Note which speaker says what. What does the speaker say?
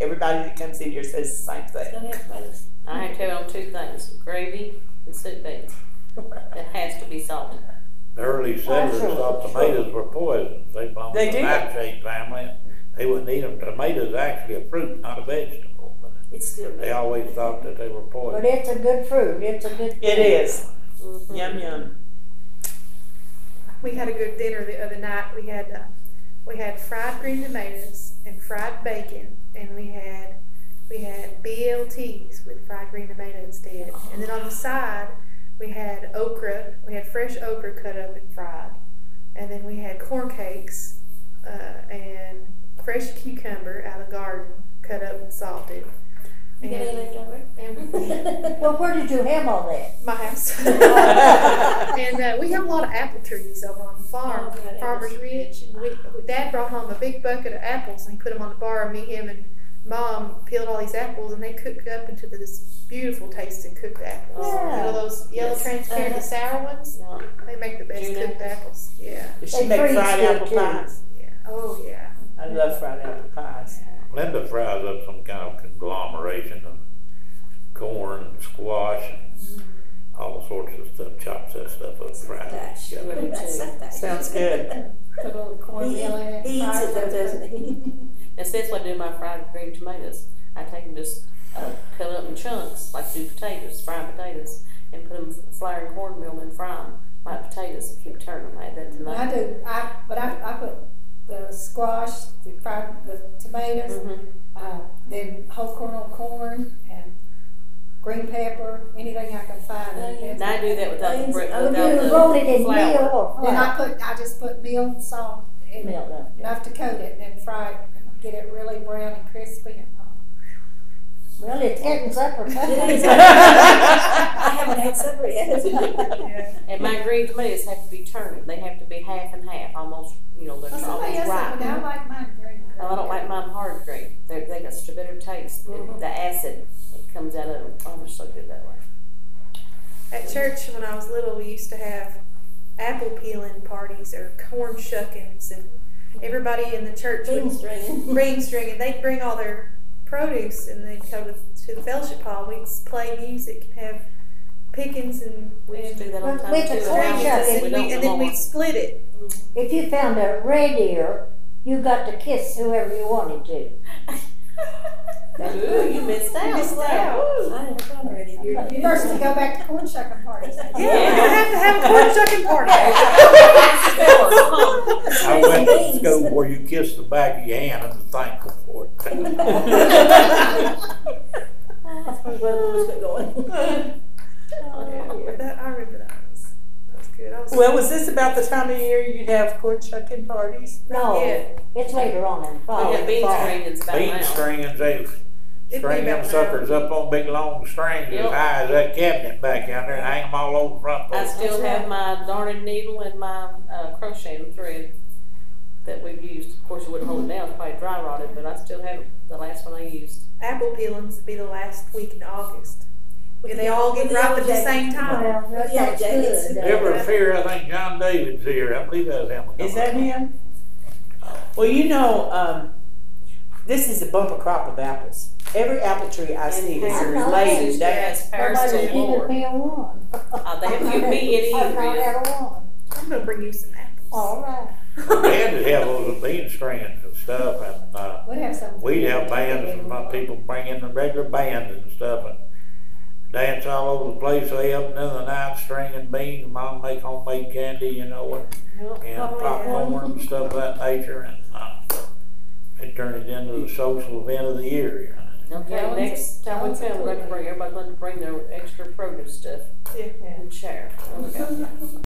Speaker 1: everybody that comes in here says the same thing.
Speaker 2: Don't have tomatoes.
Speaker 3: I tell them two things, gravy and soup base. It has to be salted.
Speaker 4: The early settlers thought tomatoes were poison. They belonged
Speaker 1: They
Speaker 4: to the
Speaker 1: did.
Speaker 4: nightshade family. They wouldn't eat them. Tomatoes actually a fruit, not a vegetable. but
Speaker 2: It's still.
Speaker 4: They always thought that they were
Speaker 5: But
Speaker 4: poison.
Speaker 5: it's a good fruit, it's a good.
Speaker 1: It is,
Speaker 3: Mhm.
Speaker 1: yum yum.
Speaker 6: We had a good dinner the other night. We had uh, we had fried green tomatoes and fried bacon, and we had we had BLTs with fried green tomatoes instead. And then on the side, we had okra. We had fresh okra cut up and fried, and then we had corn cakes uh, and fresh cucumber out of the garden, cut up and salted.
Speaker 2: You got any
Speaker 6: And,
Speaker 2: left over?
Speaker 6: and
Speaker 5: Well, where did you have all that?
Speaker 6: my house. And uh, we have a lot of apple trees over on the farm,
Speaker 2: Oh, good.
Speaker 6: Farmers Ridge. And we, Dad brought home a big bucket of apples and he put them on the bar. And me, him, and Mom peeled all these apples and they cooked up into this beautiful tasting cooked apples.
Speaker 5: Yeah.
Speaker 6: Little those yellow
Speaker 2: Oh, Yes.
Speaker 6: transparent
Speaker 2: Uh-huh.
Speaker 6: sour ones.
Speaker 3: No,
Speaker 6: They make the best
Speaker 3: June
Speaker 6: cooked apples. Yeah.
Speaker 1: Does she
Speaker 5: They
Speaker 1: make
Speaker 5: freeze
Speaker 1: fried
Speaker 5: good
Speaker 1: apple
Speaker 5: too.
Speaker 1: pies?
Speaker 6: Yeah. Oh yeah.
Speaker 1: I love fried apple pies.
Speaker 4: Linda fries up some kind of conglomeration of corn and squash and all sorts of stuff, chops that stuff up, fries it
Speaker 2: Gosh,
Speaker 4: together.
Speaker 2: that's something.
Speaker 1: Sounds good.
Speaker 2: Put a little
Speaker 5: He-
Speaker 2: cornmeal in it.
Speaker 5: he eats it though, doesn't
Speaker 2: he?
Speaker 3: And since I do my fried green tomatoes, I take them just uh, cut up in chunks, like do potatoes, fried potatoes, and put them flour and cornmeal and fry them like potatoes. I keep turning them like that
Speaker 7: I
Speaker 3: tonight.
Speaker 7: do, I, but I, I put the squash, the fried, the tomatoes,
Speaker 3: Mm-hmm.
Speaker 7: uh, then whole kernel corn and green pepper, anything I can find.
Speaker 3: And I do Mm-hmm. that without the,
Speaker 2: Beans,
Speaker 3: bre-
Speaker 2: Oh,
Speaker 3: without
Speaker 5: You
Speaker 3: the
Speaker 5: roll it in
Speaker 3: flour.
Speaker 5: meal or
Speaker 7: Then I
Speaker 5: flour?
Speaker 7: put, I just put meal and salt in it,
Speaker 5: Milk, no.
Speaker 7: enough to coat it, and then fry it, and get it really brown and crispy and all.
Speaker 5: Well, it's heading up for
Speaker 2: It is. I haven't had supper yet.
Speaker 6: Yeah.
Speaker 3: And my green tomatoes have to be turned. They have to be half and half, almost, you know, they're
Speaker 7: Well, somebody
Speaker 3: almost
Speaker 7: else,
Speaker 3: ripe.
Speaker 7: but I like mine green.
Speaker 3: No, Oh, I don't like mine hard green. They, they got such a better taste. The-
Speaker 6: Mm-hmm.
Speaker 3: The acid that comes out of them. Oh, they're so good that way.
Speaker 6: At church when I was little, we used to have apple peeling parties or corn shuckings, and everybody in the church would
Speaker 2: Beans stringing.
Speaker 6: green string, and they'd bring all their produce, and they'd come to, to the fellowship hall. We'd play music, and have pickings, and
Speaker 3: We used to do that all the time.
Speaker 5: With the
Speaker 3: too, and
Speaker 6: and,
Speaker 5: corn
Speaker 3: now we
Speaker 5: shucking,
Speaker 3: just-
Speaker 6: and,
Speaker 3: we
Speaker 6: we,
Speaker 3: don't
Speaker 6: and
Speaker 3: know
Speaker 6: then
Speaker 3: what-
Speaker 6: we'd split it.
Speaker 5: If you found a red ear, you got to kiss whoever you wanted to.
Speaker 3: Ooh, you missed out.
Speaker 6: missed
Speaker 3: Wow.
Speaker 6: out.
Speaker 3: Ooh.
Speaker 2: I have fun already.
Speaker 7: You're first to go back to corn shucking parties.
Speaker 6: Yeah, we're gonna have to have a corn shucking party.
Speaker 4: I went to
Speaker 2: Beans.
Speaker 4: school where you kiss the back of your hand and thankful for it.
Speaker 2: That's where we're just going.
Speaker 3: Oh,
Speaker 6: Yeah, that, I remember that. was, that was good. I was,
Speaker 1: Well, was this about the time of year you'd have corn shucking parties?
Speaker 5: No,
Speaker 6: yeah,
Speaker 5: it's later on in the
Speaker 3: Oh,
Speaker 5: fall.
Speaker 3: yeah, bean stringing's about
Speaker 4: Bean
Speaker 3: now.
Speaker 4: stringing, they
Speaker 6: It'd be
Speaker 4: string them
Speaker 6: about
Speaker 4: suckers up on big long strings as
Speaker 3: Yep.
Speaker 4: high as that cabinet back down there and hang them all over the front
Speaker 3: I
Speaker 4: porch.
Speaker 3: still
Speaker 7: That's
Speaker 3: have my darning needle and my uh, crocheting thread that we've used. Of course, it wouldn't hold it down, it's probably dry rotted, but I still have the last one I used.
Speaker 6: apple peelings would be the last week in August, and they all get
Speaker 2: With
Speaker 6: ripe at
Speaker 2: yellow
Speaker 6: the
Speaker 2: jacket.
Speaker 6: same time.
Speaker 5: Oh, Well, that
Speaker 2: Yeah,
Speaker 5: sounds
Speaker 2: James.
Speaker 5: good.
Speaker 4: There was fear, I think John David's here, I believe that was him.
Speaker 1: Is that him? Well, you know, um, this is a bumper crop of apples. Every apple tree I see is
Speaker 5: I know.
Speaker 1: related. That's
Speaker 3: Paris
Speaker 5: Nobody
Speaker 3: to
Speaker 5: had
Speaker 3: the
Speaker 5: given
Speaker 3: Lord.
Speaker 5: me a one.
Speaker 3: Uh, they haven't given me any
Speaker 5: I've
Speaker 3: either
Speaker 5: not
Speaker 3: yet.
Speaker 5: had a one.
Speaker 6: I'm gonna bring you some apples.
Speaker 5: All right.
Speaker 4: Dad would have those bean strings and stuff and, uh,
Speaker 7: We'd have some.
Speaker 4: We'd have bands, and my people bring in the regular bands and stuff and dance all over the place. They up and down the nine string and beans. Mom make homemade candy, you know, and, and
Speaker 6: Oh, yeah.
Speaker 4: popcorn and stuff of that nature. And uh, it turned it into the social event of the year. You know.
Speaker 3: Okay,
Speaker 7: Yeah,
Speaker 3: next time we
Speaker 7: one's a
Speaker 3: come, we're gonna
Speaker 7: toy.
Speaker 3: bring, everybody's gonna bring their extra produce stuff
Speaker 6: Yeah.
Speaker 3: and share. Okay.